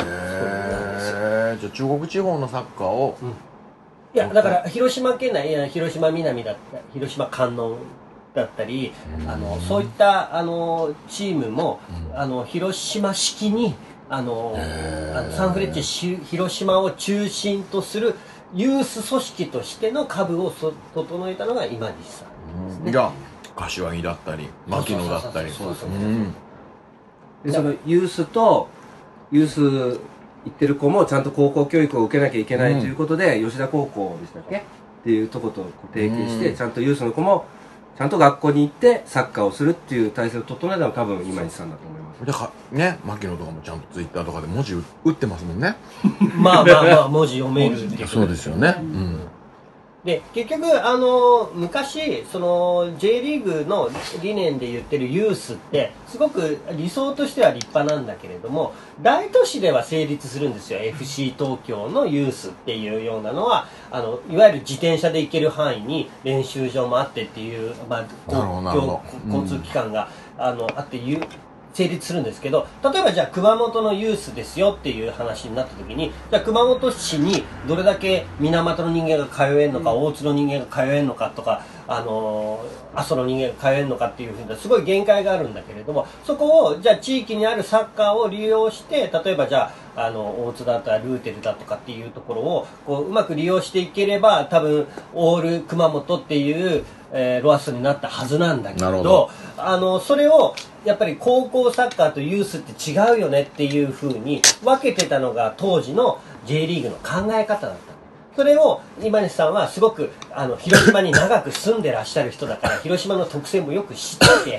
えじゃあ中国地方のサッカーを
いやだから広島県内いや広島南だった広島観音だったりあのそういったあのチームもあの広島式にあのあのサンフレッチェし広島を中心とするユース組織としての株をそ整えたのが今西さん
じゃあ柏木だったり牧野だったり
そうそうそうそう
うん
でそのユースとユース行ってる子もちゃんと高校教育を受けなきゃいけないということで、吉田高校でしたっけっていうとことこう提携して、
うん
ちゃんとユースの子もちゃんと学校に行ってサッカーをするっていう体制を整えたのは多分今西さんだと思います
だからね牧野とかもちゃんとツイッターとかで文字打打ってますもんね
まあまあまあ文字読めるっていう
そうですよねうん
で結局あの昔その J リーグの理念で言ってるユースってすごく理想としては立派なんだけれども大都市では成立するんですよ FC 東京のユースっていうようなのはあのいわゆる自転車で行ける範囲に練習場もあってっていう、まあ、公
なるほどなるほど
共交通機関が、あのあってゆ成立するんですけど例えばじゃあ熊本のユースですよっていう話になった時にじゃあ熊本市にどれだけ水俣の人間が通えるのか、大津の人間が通えるのかとか、あのー阿蘇の人間が通えるのかっていうふうなすごい限界があるんだけれどもそこをじゃあ地域にあるサッカーを利用して例えばじゃああの大津だったらルーテルだとかっていうところをこううまく利用していければ多分オール熊本っていう、えーロアスになったはずなんだけ
なるほ
ど
ど
あのそれをやっぱり高校サッカーとユースって違うよねっていうふうに分けてたのが当時の J リーグの考え方だった。それを今西さんはすごくあの広島に長く住んでらっしゃる人だから広島の特性もよく知って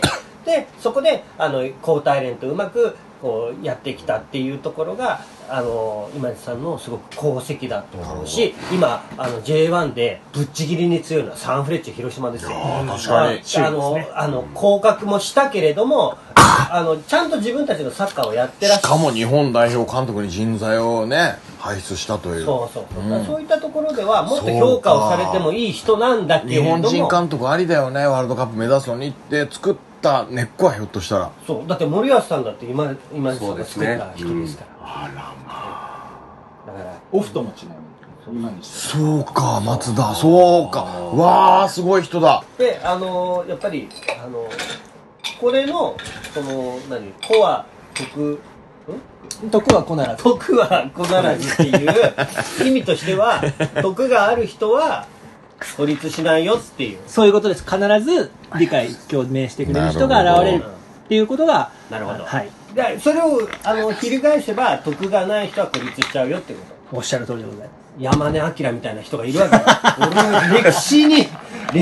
てでそこであの交代連とうまくこうやってきたっていうところがあの今西さんのすごく功績だと思うし今あの J1 でぶっちぎりに強いのはサンフレッチェ広島ですよ。
確かに
あの、あの、降格もしたけれども、あの、ちゃんと自分たちのサッカーをやってらっ
し
しゃ
か
る。
も日本代表監督に人材をね輩出したという
そうそうそう。
うん
そういったところでは、もっと評価をされてもいい人なんだけれ
日
ども。
本人監督ありだよねワールドカップ目指すのにって作った根っこはひょっとしたら
そう。だって森保さんだって今、今井さんが作
そうで
った
すね
人ですから。あらまあ。だから、
オフともちなみに今にして
そうか松田そうかわあすごい人だ
であのーやっぱり、あのーこれのその何コア特
徳は来ならず
徳はこならずっていう意味としては徳がある人は孤立しないよっていう
そういうことです必ず理解共鳴してくれる人が現れるっていうことが
なるほど
はい
でそれをあの翻せば徳がない人は孤立しちゃうよってこと
おっしゃる通りでございます
山根明みたいな人がいるわけだ 俺は歴史に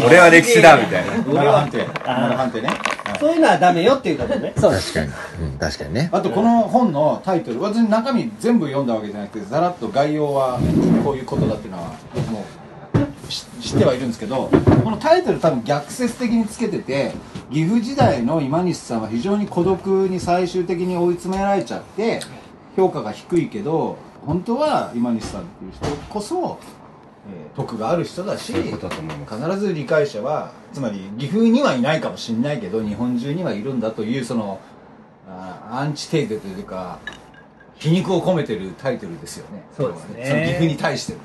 俺は歴史だみたいな
俺
奈良
は
判定奈良判定ねはい
そういうのはダメよっていうことね
そうです
確かに、うん、確かにね
あとこの本のタイトル私中身全部読んだわけじゃなくてざらっと概要はこういうことだっていうのはもうし知ってはいるんですけどこのタイトル多分逆説的につけてて岐阜時代の今西さんは非常に孤独に最終的に追い詰められちゃって評価が低いけど本当は今西さんっていう人こそ、えー徳がある人だし
そういうことだと思います
必ず理解者はつまり岐阜にはいないかもしれないけど日本中にはいるんだというそのあーアンチテーゼというか皮肉を込めてるタイトルですよね
そうですね
その岐阜に対してのね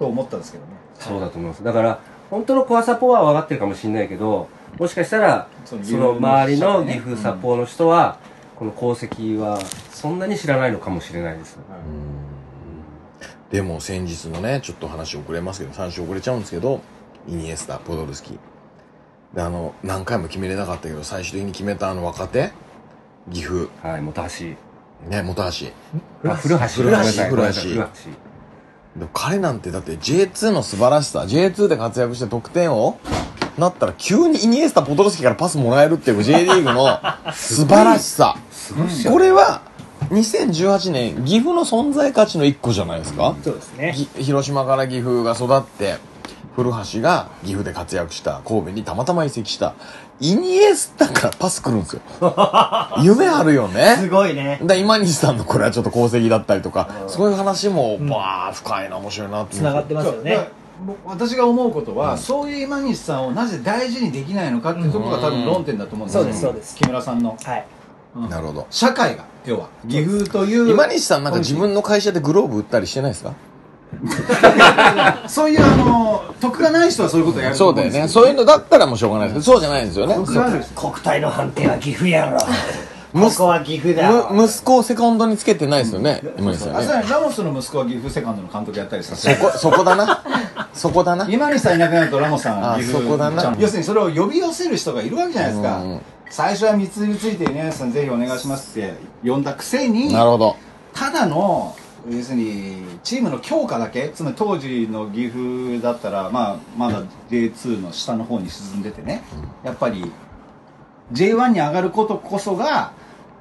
と思ったんですけどね
そうだと思いますだから本当のコアサポは分かってるかもしれないけどもしかしたら
そ
そ
の
の周りの
ね
岐阜サポの人は、この功績はそんなに知らないのかもしれないです、
でも先日のねちょっと話遅れますけど3週遅れちゃうんですけどイニエスタポドルスキーであの何回も決めれなかったけど最終的に決めたあの若手岐阜
はいもう田橋
ね本橋
あ
古
古橋
橋
ごめんなさ
古
い
橋
ごめんなさい古
でも彼なんてだって J2 の素晴らしさ J2 で活躍して得点をなったら急にイニエスタポトロスキからパスもらえるっていう J リーグの素晴らしさこれは2018年岐阜の存在価値の一個じゃないですか、
そうですね
ぎ広島から岐阜が育って古橋が岐阜で活躍した神戸にたまたま移籍したイニエスタからパス来るんですよ夢あるよね
すごいね
だから今西さんのこれはちょっと功績だったりとか、そういう話も、まあ、深いな、面白いなって。
つながってますよ
そうだ
ね
からもう私が思うことは、そういう今西さんをなぜ大事にできないのかっていうところが多分論点だと思うんですよ、
うんそうですそうです
木村さんの
はい
なるほど。
社会が要は岐阜という
今西さんなんか自分の会社でグローブ売ったりしてないですか
そういうあの得がない人はそういうことをやると
そ
思
うだよ
ですよ
ね。そういうのだったらもうしょうがないですけど、そうじゃないんですよね。
得がある人
国体の判定は岐阜やろ
む
ここは岐阜だ
む息子をセカンドにつけてないですよね、今西さん
あ
ね
そう。だねラモスの息子は岐阜セカンドの監督やったりさせ
そ
て
こ、そこだな。そこだな。
今西さんいなくなるとラモスさん
あ
岐阜
そこだな
要するにそれを呼び寄せる人がいるわけじゃないですか、
うん
最初は三つについてねさんぜひお願いしますって呼んだくせに
なるほど。
ただの要するにチームの強化だけつまり当時の岐阜だったら、まあ、まだ J2 の下の方に沈んでてねやっぱり J1 に上がることこそが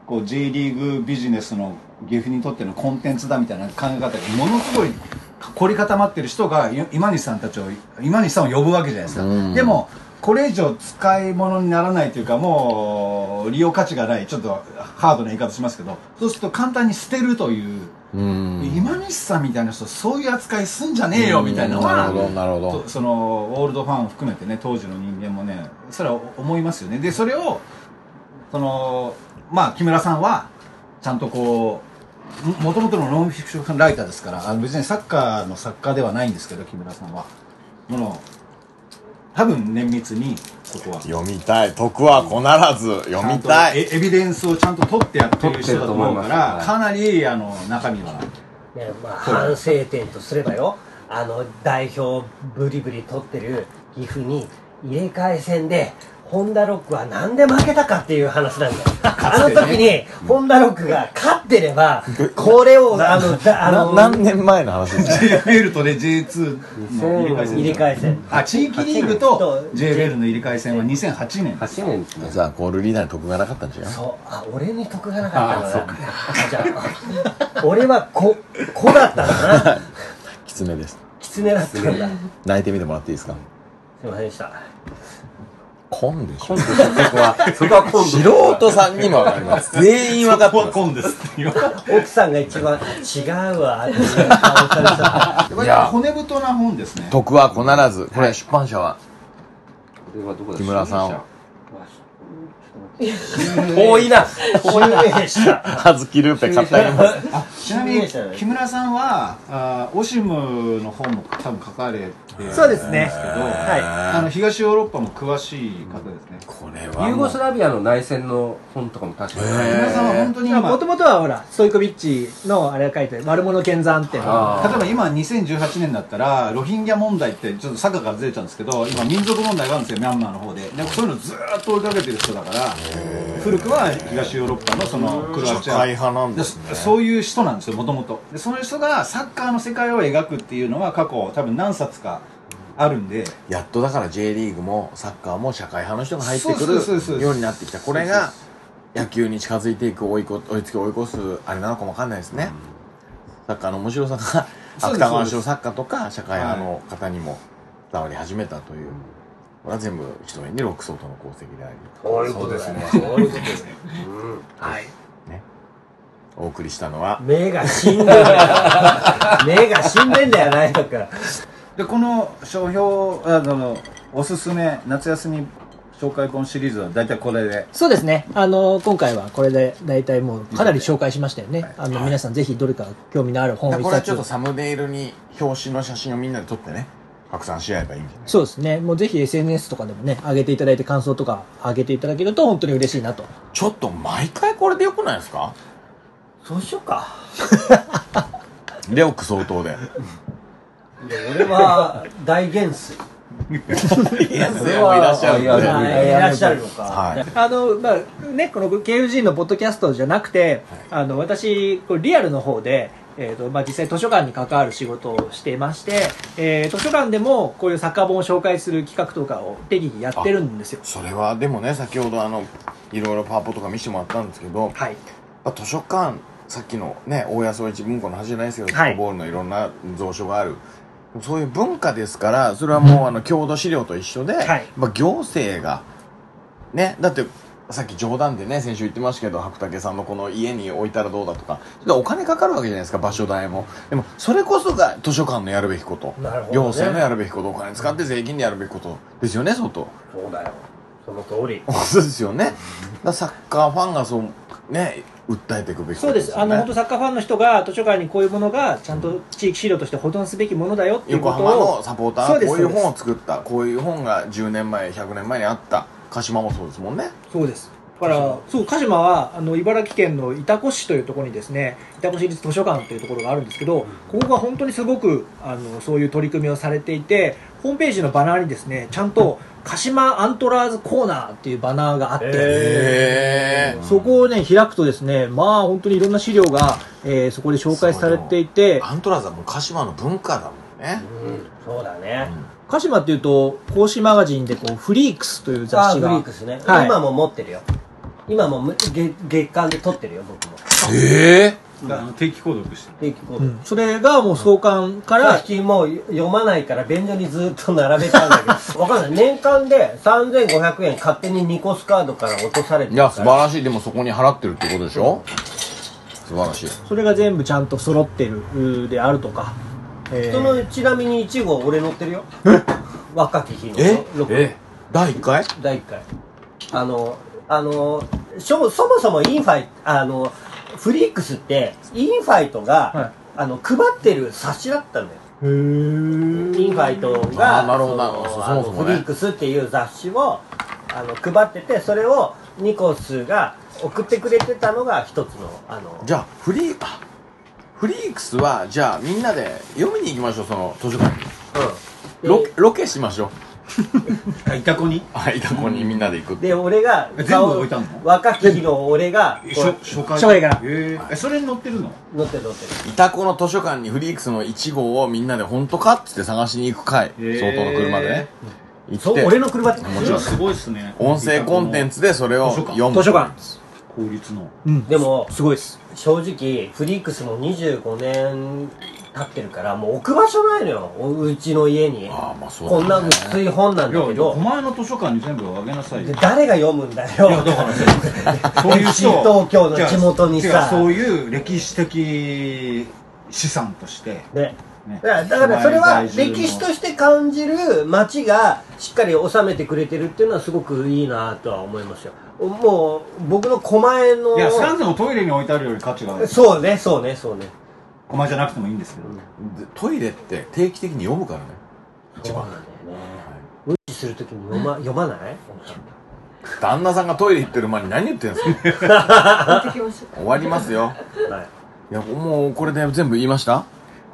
こう J リーグビジネスの岐阜にとってのコンテンツだみたいな考え方がものすごい凝り固まってる人がい今西さんたちを今西さんを呼ぶわけじゃないですか、
うん
でもこれ以上使い物にならないというかもう利用価値がないちょっとハードな言い方しますけどそうすると簡単に捨てるという、
うん
今西さんみたいな人そういう扱いすんじゃねえよみたいなの
なる
は
ほどなるほど
とそのオールドファンを含めてね当時の人間もねそれは思いますよねでそれをそのまあ木村さんはちゃんとこうももともとのノンフィクションライターですからあの別にサッカーの作家ではないんですけど木村さんはもの多分綿密にそこは
読みたい徳はこならず読みたい
ちゃんとエエビデンスをちゃんと取ってやってる人だと思うか
取ってると思いま
ら
す
かなりあの中身は
ねまあ、反省点とすればよあの代表ブリブリ取ってる岐阜に入れ替え戦でホンダロックはなんで負けたかっていう話なんだよ、あの時にホンダロックが勝ってればこれをあのだあ
な
の
何年前の話ですか
JFL とね J2 の入れ替え戦
入れ替え戦
あ地域リーグと JFL の入れ替え戦は2008年
8年ですね
じゃあゴールリーダーに得がなかったんじゃん
そうあ俺に得がなかったんだなじゃあ 俺は子子だったんだな
キツネです
狐だったんだす
泣いてみてもらっていいですか
いませんでした
コンでしょ
そこは、そこは今度。
素人さんにもわかります全員わかってま
ンですっていう
奥さんが一番違うわっていう顔されちゃった
これ骨太な本ですね
す徳はこならずこれ出版社は
これはどこだ
木村さんを
多い な多いなでした
葉月ルーペ買ってあげます
あちなみに木村さんはあーオシムの本も多分書かれてるんですけど
そうですねはい
あの東ヨーロッパも詳しい方ですね
これ
ユーゴ
は
スラビアの内戦の本とかも確かに。
木村さんは本当に今
もともとはほらストイコビッチのあれが書いてる「悪者剣山」っていうのが
例えば今2018年だったらロヒンギャ問題ってちょっとサッカーからずれちゃうんですけど今民族問題があるんですよミャンマーの方ででそういうのずーっと追いかけてる人だから古くは東ヨーロッパのそのクロアチア
派なん
でそういう人なんですよもともとでその人がサッカーの世界を描くっていうのは過去多分何冊かあるんで
やっとだから J リーグもサッカーも社会派の人が入って
そうそうそうそ
く
う
るようになってきたこれが野球に近づいていく追いこ追いつき追い越すあれなのかもわかんないですね、サッカーの面白さが
そうです
芥川賞作家とか社会派の方にも伝わり始めたという、これは全部一目にロックソートの功績であり
そういうことですねそういうことですね
はい
お送りしたのは
目が死んでんだよ目が死んでんだよないのか
でこの書評あのおすすめ夏休み紹介本シリーズは大体これで
そうですねあの今回はこれで大体もうかなり紹介しましたよね、あの皆さんぜひどれか興味のある本を一
これはちょっと
冊
サムネイルに表紙の写真をみんなで撮ってね拡散し合えばいいんじゃない
そうですねもうぜひ SNS とかでもね上げていただいて感想とか上げていただけると本当に嬉しいなと
ちょっと毎回これでよくないです か
そうしようか
レオック相当で
いや俺は大元帥
いやそれもいらっしゃるんで
いやいや
いらっしゃるのか
はい
あのまあねこの KFG のポッドキャストじゃなくて、あの私こうリアルの方で。えーとまあ、実際図書館に関わる仕事をしていまして、えー図書館でもこういうサッカー本を紹介する企画とかを適宜やってるんですよ
それはでもね先ほどあのいろいろパワポとか見せてもらったんですけど、
はい
まあ図書館さっきのね大安総一文庫の話じゃないですけど、
は
ソ
い
フトボールのいろんな蔵書があるそういう文化ですからそれはもうあの郷土資料と一緒で、
はい
まあ、行政がねだってさっき冗談でね先週言ってましたけど白竹さんのこの家に置いたらどうだとかちょっとお金かかるわけじゃないですか場所代もでもそれこそが図書館のやるべきこと、
なるほどね
行政のやるべきことお金使って税金でやるべきことですよね相当
そうだよその通り
そうですよね。だからサッカーファンがそう、ね、訴えていくべきこ
そう
と
です、あ
よね
の本当、サッカーファンの人が図書館にこういうものがちゃんと地域資料として保存すべきものだよっていうこ
横
と
浜
を
のサポーター
そう
は
です
こういう
そうです
本を作った、こういう本が10年前、100年前にあった、鹿島もそうですもんね。
そうですだからそう鹿島はあの茨城県の潮来市というところにですね潮来市立図書館というところがあるんですけど、ここが本当にすごくあのそういう取り組みをされていてホームページのバナーにですねちゃんと鹿島アントラーズコーナーっていうバナーがあって、
へ
そこをね開くとですねまあ本当にいろんな資料が、えーそこで紹介されていて
アントラーズはもう鹿島の文化だもんね。
うんそうだね
鹿島っていうと講師マガジンでこうフリークスという
あ
雑
フ
誌
リ
が
ークスね
はい
今も持ってるよ今もむ月月間で撮ってるよ僕も
ええ
あの定期購読してる
定期購
う
読
ん、それがもう創刊か
から
ら、
引きもう読まないから便所にずっと並べたんだけどわかんない年間で3500円勝手にニコスカードから落とされて
い
る
や
か
素
ら
晴らしいでもそこに払ってるってことでしょ素晴らしい
それが全部ちゃんと揃ってるうーであるとか、えー
そのちなみに1号俺乗ってるよ若き日の
え
ロロ
え
第1回
第1回あのあのしょそもそもインファイあのフリックスってインファイトが、
はい
あの配ってる冊子だったんだよ
へー
インファイト
あ
が
ーなるほどなるほど
その
そもそもね
あのフリックスっていう雑誌をあの配っててそれをニコスが送ってくれてたのが一つのあの
じゃあフリーあフリークスはじゃあみんなで読みに行きましょうその図書館に
うん
ロケロケしましょう
あいた子に
あいたこにみんなで行くって
で俺が
え全部置いたの
若き日の俺が
え
こう
初回
初回から
ええそれに載ってるの
乗ってる乗ってる
いたこの図書館にフリークスの1号をみんなで本当かっつって探しに行く回
へー
相当の車でね行
そう
って
俺の車って
それはすごいっすね
音声コンテンツでそれを
図書館
読む
図書館
公立の
うん
でも
すごいです
正直フリックスも25年経ってるからもう置く場所ないのよおうちの家に
ああまあそうだ
こ
ね
んな薄い本なん
いや
だ
い
け
やお
ど
前の図書館に全部あげなさい
で
よ
誰が読むんだよ
いやだからさ そういう
新
人
東京の地元にさ
違う違うそういう歴史的資産として
ね
ね
だからだからそれは
お前在住の
歴史として感じる街がしっかり収めてくれてるっていうのはすごくいいなとは思いますよもう僕の狛江の
いやスカンズのトイレに置いてあるより価値がある
そうねそうねそうね
お前じゃなくてもいいんですけど
でトイレって定期的に読むからね一番
無視するときに読ま読まない
旦那さんがトイレ行ってる間に何言ってんすか
行ってきましょう
終わりますよ
は
い
い
やもうこれで全部言いました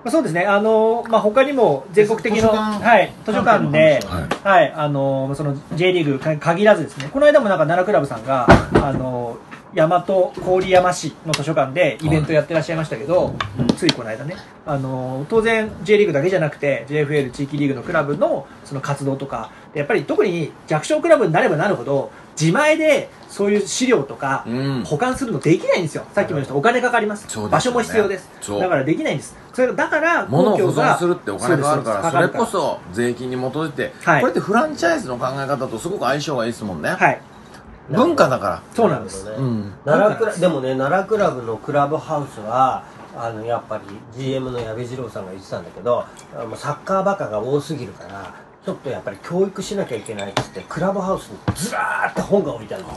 まあ、そうですね、あのまあ、他にも全国的
図書
の、
館
はい、図書館で、
は
はいあのその J リーグか限らずですね、この間もなんか奈良クラブさんが、あの大和郡山市の図書館でイベントやってらっしゃいましたけど、ついこの間ね、あの当然 J リーグだけじゃなくて JFL 地域リーグのクラブのその活動とかやっぱり特に弱小クラブになればなるほど自前でそういう資料とか、
うん
保管するのできないんですよさっきも言いましたお金かかりま
そう
す
ですよね
場所も必要です
そう
だからできないんですそれだから
物を保
公共
存
が
するってお金があるか
そう
ら
です
それこ
かか
そ税金に基づいて
はい
これってフランチャイズの考え方とすごく相性がいいですもんね
るからはい
文化だから
そうなんです
るほど
う
ね
ん
奈良クラでもね奈良クラブのクラブハウスはあのやっぱり GM の矢部二郎さんが言ってたんだけどあのサッカーバカが多すぎるからちょっとやっぱり教育しなきゃいけないっつってクラブハウスにずらーって本が置いてあるの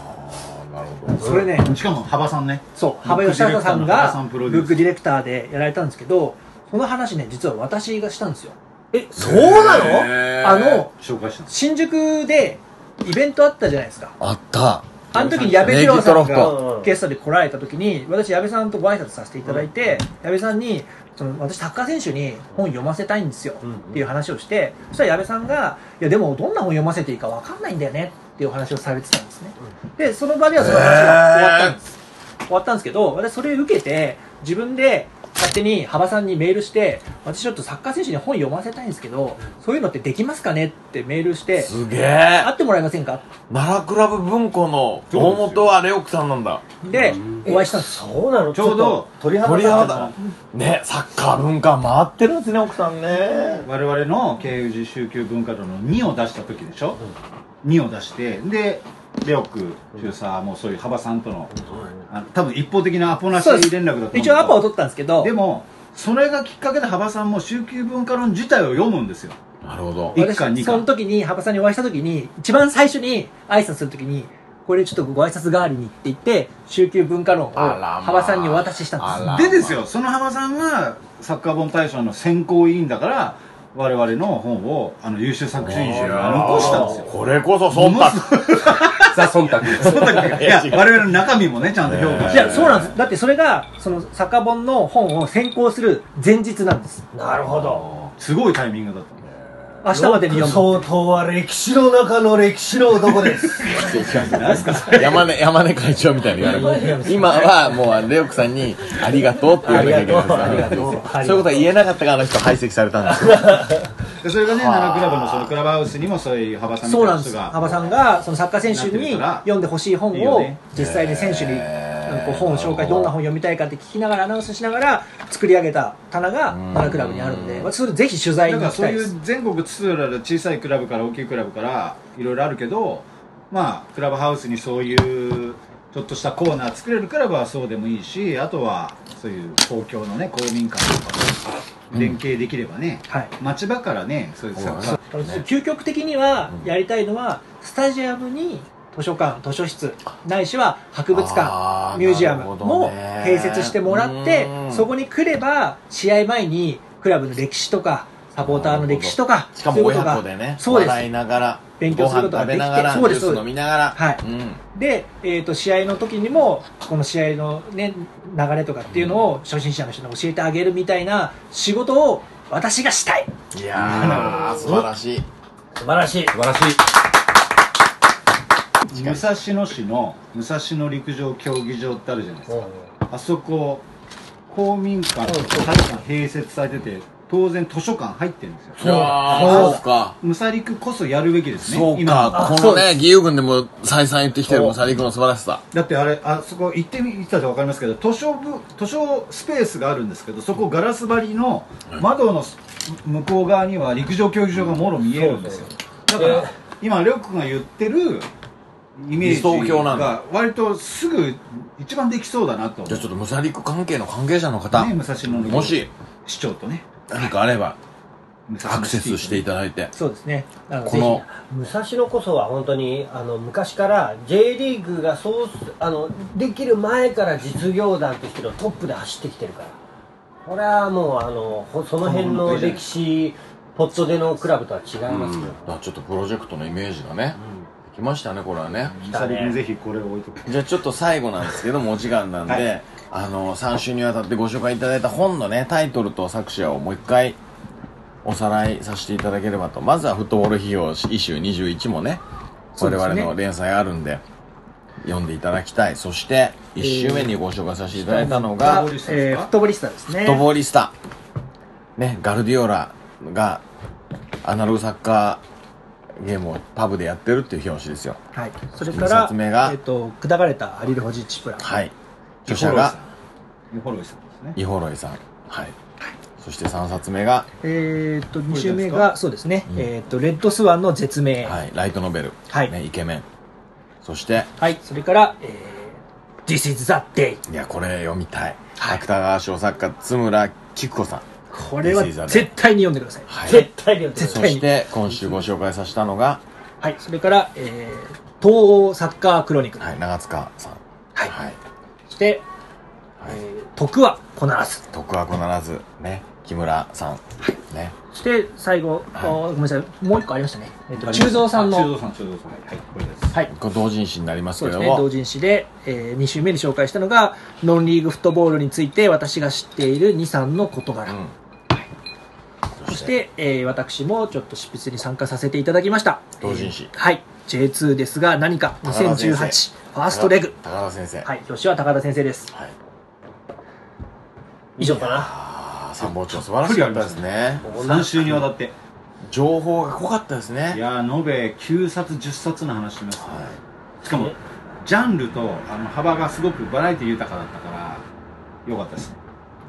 それね
しかも幅さんね
そう羽生善治さん
ブックディレクターの羽
が
生さんプ
ブ
ロデュー
ッ
ス
クディレクターでやられたんですけどその話ね実は私がしたんですよ
えそうなの
あ
あの
紹介したの
新宿でイベントあったじゃないですか
あった
あの時に矢部二郎さん
ネギトロ
フ
が
ト
ゲストで来られた時に私矢部さんとご挨拶させていただいて、矢部さんにその私サッカー選手に本読ませたいんですよ
うん
っていう話をしてそしたら矢部さんが「いやでもどんな本読ませていいか分かんないんだよね」っていうお話をされてたんですねでその場ではその話が終わったんです、終わったんですけど私それ受けて自分で勝手に幅さんにメールして私ちょっとサッカー選手に本読ませたいんですけどそういうのってできますかねってメールして
すげえ
会ってもらえませんか
奈良クラブ文庫の大元はレオクさんなんだ
でお会いしたんです
そうなの
ちょうど
っと鳥肌
鳥
立っ
肌
た
だねサッカー文化回ってるんですね奥さんね
我々の経由時宗教文化度の2を出した時でしょ、2を出してでレオク中佐もうそういう幅さんとの,、あの多分一方的なアポなし
そうです
連絡だと思うんだけど
一応アパを取ったんですけど
でもそれがきっかけで幅さんも宗教文化論自体を読むんですよ
なるほど
一巻二巻
私その時に羽生さんにお会いした時に一番最初に挨拶する時にこれちょっとご挨拶代わりにって言って宗教文化論を
あらまあ
羽生さんにお渡ししたん
あ
で
ら
でですよその幅さんがサッカー本大賞の選考委員だから我々の本をあの優秀作品賞に残したんですよ
これこそ忖度
ザ・忖度
その時いや我々の中身もねちゃんと評価し
す
て
いやそうなんですだってそれがその作家本の本を選考する前日なんです
なるほど
すごいタイミングだったんだよ
明日までに読む
相当は歴史の中の歴史の男です
山根山根会長みたいな言われる今はもうレオクさんに「ありがとう」って言わなきゃいけないです
ありがとうありがとう
そういうことは言えなかったからあの人排斥されたんですよ
でそれがね奈良クラブのそのクラブハウスにもそういう幅さんみ
そ
た
う
い
な
なん
で
人
す
が
羽生さんがそのサッカー選手に読んでほしい本
いいよ
を
ね
実際に選手になんかこう本を紹介どんな本読みたいかって聞きながらアナウンスしながら作り上げた棚が
うん
バラクラブにあるんで私それぜひ取材
な
に
ん
行
か
き
そう
たい
い
です
う全国津々浦々小さいクラブから大きいクラブからいろいろあるけどまあクラブハウスにそういうちょっとしたコーナー作れるクラブはそうでもいいしあとはそういう公共のね公民館とかと連携できればね、
はい
町場からねそういうサッカー
究極的にはやりたいのはスタジアムに図書館図書室ないしは博物
あ
館
ー
ミュージアム
なるほど
も
ね
併設してもらって
うん
そこに来れば試合前にクラブの歴史とかサポーターの歴史とか
しかも親子でね
そういうことがそう
笑
で
いながら
勉強すること
ご
が
飯食
で
べ
き
なが
て
らジ
そ
ュー
うです
ス飲みながら
はい
うん
すで、えー、と試合の時にもこの試合の、ね、流れとかっていうのを初心者の人に教えてあげるみたいな仕事を私がしたい
いやー素晴らしい
素晴らしい
素晴らしい。
武蔵野市の武蔵野陸上競技場ってあるじゃないですかあそこ公民館と体育館併設されてて当然図書館入ってるんですよ
うわーそうか
ムサリクこそやるべきですね
そう
今の
かこのね義勇軍でも再三言ってきてるムサリクの素晴らしさ
だってあれあそこ行ってみ行ってたら分かりますけど図書部図書スペースがあるんですけどそこガラス張りの窓のす向こう側には陸上競技場がもろ見えるんですよだから今りょうくんが言ってるイメ
理想
ージ
郷なんだ
が割とすぐ一番できそうだなと思
じゃ
う
あちょっとムサリク関係の関係者の方
ね武蔵野の
もし
市長とね
何かあれば
武蔵野
アクセスしてい
た
ただいて
そうですねなので
この
武蔵野こそは本当にあの昔から J リーグがそうすあのできる前から実業団としてのトップで走ってきてるからこれはもうあのほその辺の歴史ポットでのクラブとは違いますけど、
だからちょっとプロジェクトのイメージがねできましたねこれはね
ムサリクにぜひこれを置いとく
じゃあちょっと最後なんですけどもお時間なんで、
はい
あの3週にわたってご紹介いただいた本のねタイトルと作者をもう一回おさらいさせていただければとまずは「フットボール費用イシュー21」もね
そう
我
ですね
々の連載あるんで読んでいただきたいそして1週目にご紹介させていただいたのが、
がえーフットボリスタですね
フットボーリスタ、ね、ガルディオラがアナログサッカーゲームをパブでやってるっていう表紙ですよ
はい、それか
二
ら
冊目が
えっと砕かれたアリル・ホジッチプラン、
はい著者が
イホロイさんですね
イホロイさんはいそして3冊目が、
えっと2週
これで
目
す
がそうですね、
うん
えっとレッドスワンの絶命はい、
はい、ライトノベル、
はい
ね、イケメンそして
それから、えー、This is the day
いやこれ読みたい、芥川賞作家津村喜久子さん
これは
This is the day
絶対に読んでください
はい
絶対に
絶
そ
対に
して今週ご紹介させたのが、
はい、それから、えー、東欧サッカークロニクル、
はい、長塚さん
はい
はい
そして、
はい
えー徳はこならず
徳はこならずね木村さん、ね
そして最後、あ
はい
ーごめんなさいもう一個ありましたね、えっと中蔵さん
あ中
の
蔵さん中蔵さんはいこれです
はい
これ同人誌になります
そう
け
です
ど
ね、同
も、
人誌で、え2週目に紹介したのが、ノンリーグフットボールについて私が知っている2、3の事柄。
うん
そして、えー私もちょっと執筆に参加させていただきました。
同人誌
えーはい。J2 ですが何か
高田先生
2018ファーストレグ。
高田先生
はい。表紙は高田先生です。
はい
以上かな
ああ参謀長素晴らしかったですね
3週にわたって
情報が濃かったですね
いやー延べ9冊10冊の話します、
は
しかもジャンルとあの幅がすごくバラエティ豊かだったからよかったですね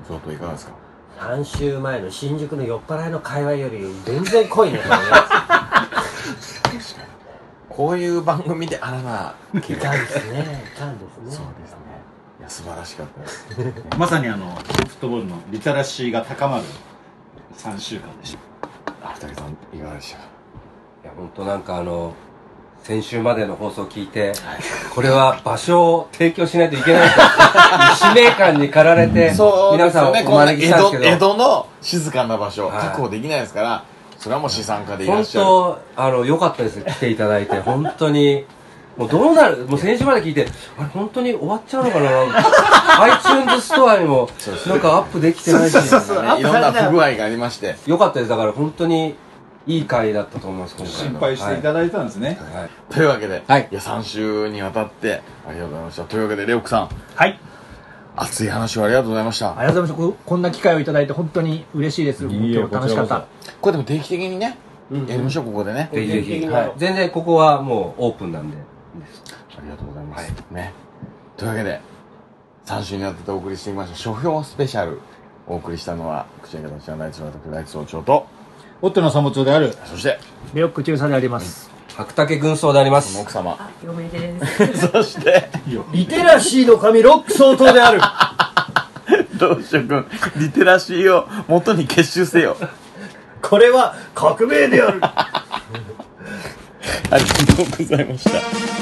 い相当いかがですか
3週前の新宿の酔っ払いの会話より全然濃いねこれね
こういう番組であらない
たんですねいたんですね
ですねいや素晴らしかったです
まさにあのフットボールのリテラシーが高まる3週間でした
有武さんいかがでしたか
いや本当なんかあの先週までの放送を聞いて、これは場所を提供しないといけないと使命感に駆られて、皆さんを
ね
お
こんな
招き
江
したん
戸
ですけど
江戸の静かな場所
はい
確保できないですからそれはもう資産家でいらっ
本
しゃる
当あの良かったです来ていただいて本当にもうどうなるもう先週まで聞いてあれ本当に終わっちゃうのかな iTunes ストアにもなんかアップできてないし
ねいろんな不具合がありまして
良かったですだから本当にいい回だったと思います今回
心
の
配していただいたんですね、
はいはい
というわけで、
はい
や3週にわたってありがとうございましたというわけでレオクさん
はい。
熱い話をありがとうございました
ありがとうございましたこ。こんな機会をいただいて本当に嬉しいです。
いいえ
今日楽しかった。
これでも定期的にね、やりましょうここでね、
ぜひぜひ、
うん
はい全然ここはもうオープンなんで
ありがとうございます、ねというわけで3週にわたってお送りしてきました書評スペシャルお送りしたのは口開けの知らないつの時大地総長と
オットの参謀長である
そして
レオック中佐であります。
白竹軍曹でありま
その
す。
奥様
嫁です。
そして
リテラシーの神ロック相当である
どうしようくんリテラシーを元に結集せよ
これは革命である
ありがとうございました